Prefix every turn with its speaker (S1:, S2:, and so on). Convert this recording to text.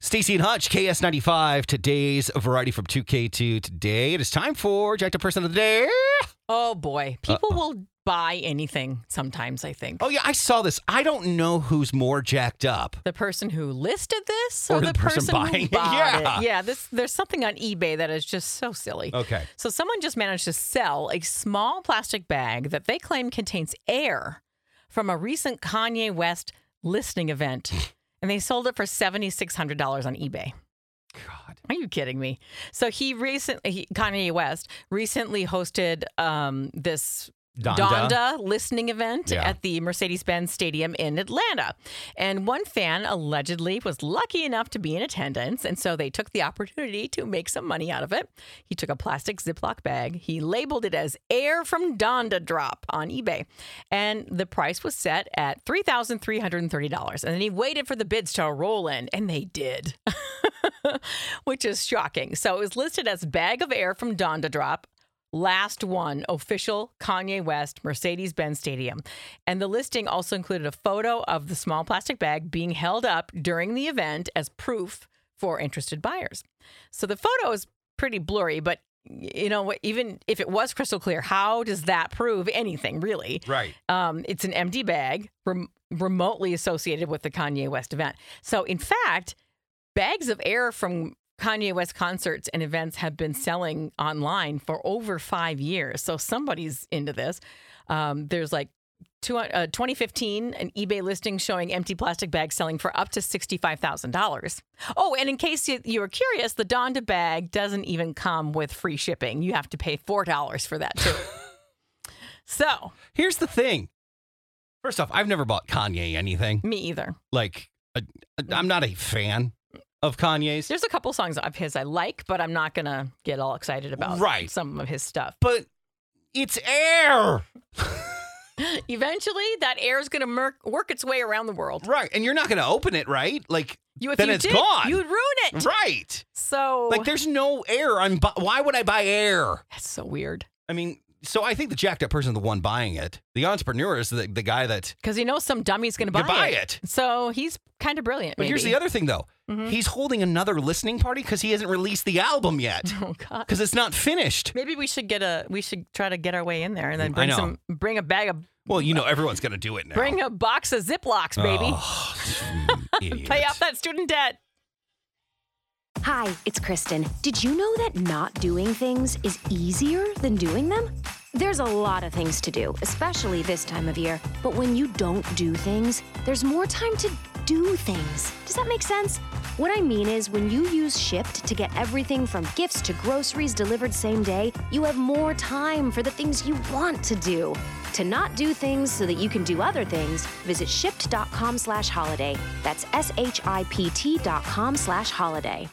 S1: Stacey and Hutch, KS95, today's variety from 2K2 today. It is time for Jacked Up Person of the Day.
S2: Oh boy,
S1: Uh,
S2: people will buy anything sometimes, I think.
S1: Oh, yeah, I saw this. I don't know who's more jacked up.
S2: The person who listed this or,
S1: Or the person buying
S2: who
S1: it,
S2: bought
S1: yeah. Oh.
S2: it. Yeah, this there's something on eBay that is just so silly.
S1: Okay.
S2: So someone just managed to sell a small plastic bag that they claim contains air from a recent Kanye West listening event. And they sold it for $7,600 on eBay.
S1: God.
S2: Are you kidding me? So he recently, he, Kanye West recently hosted um, this
S1: Donda.
S2: Donda, listening event
S1: Yeah.
S2: at the Mercedes Benz Stadium in Atlanta. And one fan allegedly was lucky enough to be in attendance. And so they took the opportunity to make some money out of it. He took a plastic Ziploc bag, he labeled it as Air from Donda Drop on eBay. And the price was set at $3,330. And then he waited for the bids to roll in, and they did. Which is shocking. So it was listed as Bag of Air from Donda Drop, Last one, official Kanye West Mercedes Benz Stadium. And the listing also included a photo of the small plastic bag being held up during the event as proof for interested buyers. So the photo is pretty blurry, but you know, what? even if it was crystal clear, how does that prove anything really?
S1: Right.
S2: Um, it's an empty bag rem- remotely associated with the Kanye West event. So, in fact, bags of air from Kanye West concerts and events have been selling online for over five years. So, somebody's into this. Um, there's like two, uh, 2015, an eBay listing showing empty plastic bags selling for up to $65,000. Oh, and in case you, you were curious, the Donda bag doesn't even come with free shipping. You have to pay $4 for that, too. so,
S1: Here's the thing. First off, I've never bought Kanye anything.
S2: me either.
S1: Like, I- I'm not a fan of Kanye's.
S2: There's a couple songs of his I like, but I'm not gonna get all excited about
S1: Right.
S2: some of his stuff.
S1: But it's air.
S2: Eventually, that air is gonna merc- work its way around the world.
S1: Right. And you're not going to open it, right? Like,
S2: You, if
S1: Then
S2: you
S1: it's
S2: did,
S1: gone.
S2: you'd ruin it.
S1: right.
S2: So
S1: Like, there's no air. on. bu- Why would I buy air?
S2: that's so weird
S1: I mean, so I think the jacked up person, is the one buying it, the entrepreneur is the, the guy that.
S2: because he knows some dummy's gonna buy,
S1: Could buy
S2: So he's kind of brilliant.
S1: But here's the
S2: maybe. Mm-hmm.
S1: other thing, though. He's holding another listening party because he hasn't released the album yet
S2: Oh God.
S1: because it's not finished.
S2: Maybe we should get a. We should try to get our way in there and then
S1: Mm, I
S2: bring
S1: know.
S2: some. Bring a bag of.
S1: Well, you know, everyone's going to do it now.
S2: Bring a box of Ziplocs, baby.
S1: Oh, idiot.
S2: Pay off that student debt.
S3: Hi, it's Kristen. Did you know that not doing things is easier than doing them? There's a lot of things to do, especially this time of year. But when you don't do things, there's more time to do things. Does that make sense? What I mean is, when you use Shipt to get everything from gifts to groceries delivered same day, you have more time for the things you want to do. To not do things so that you can do other things, visit shipped.com slash holiday. That's S H I P T dot com slash holiday.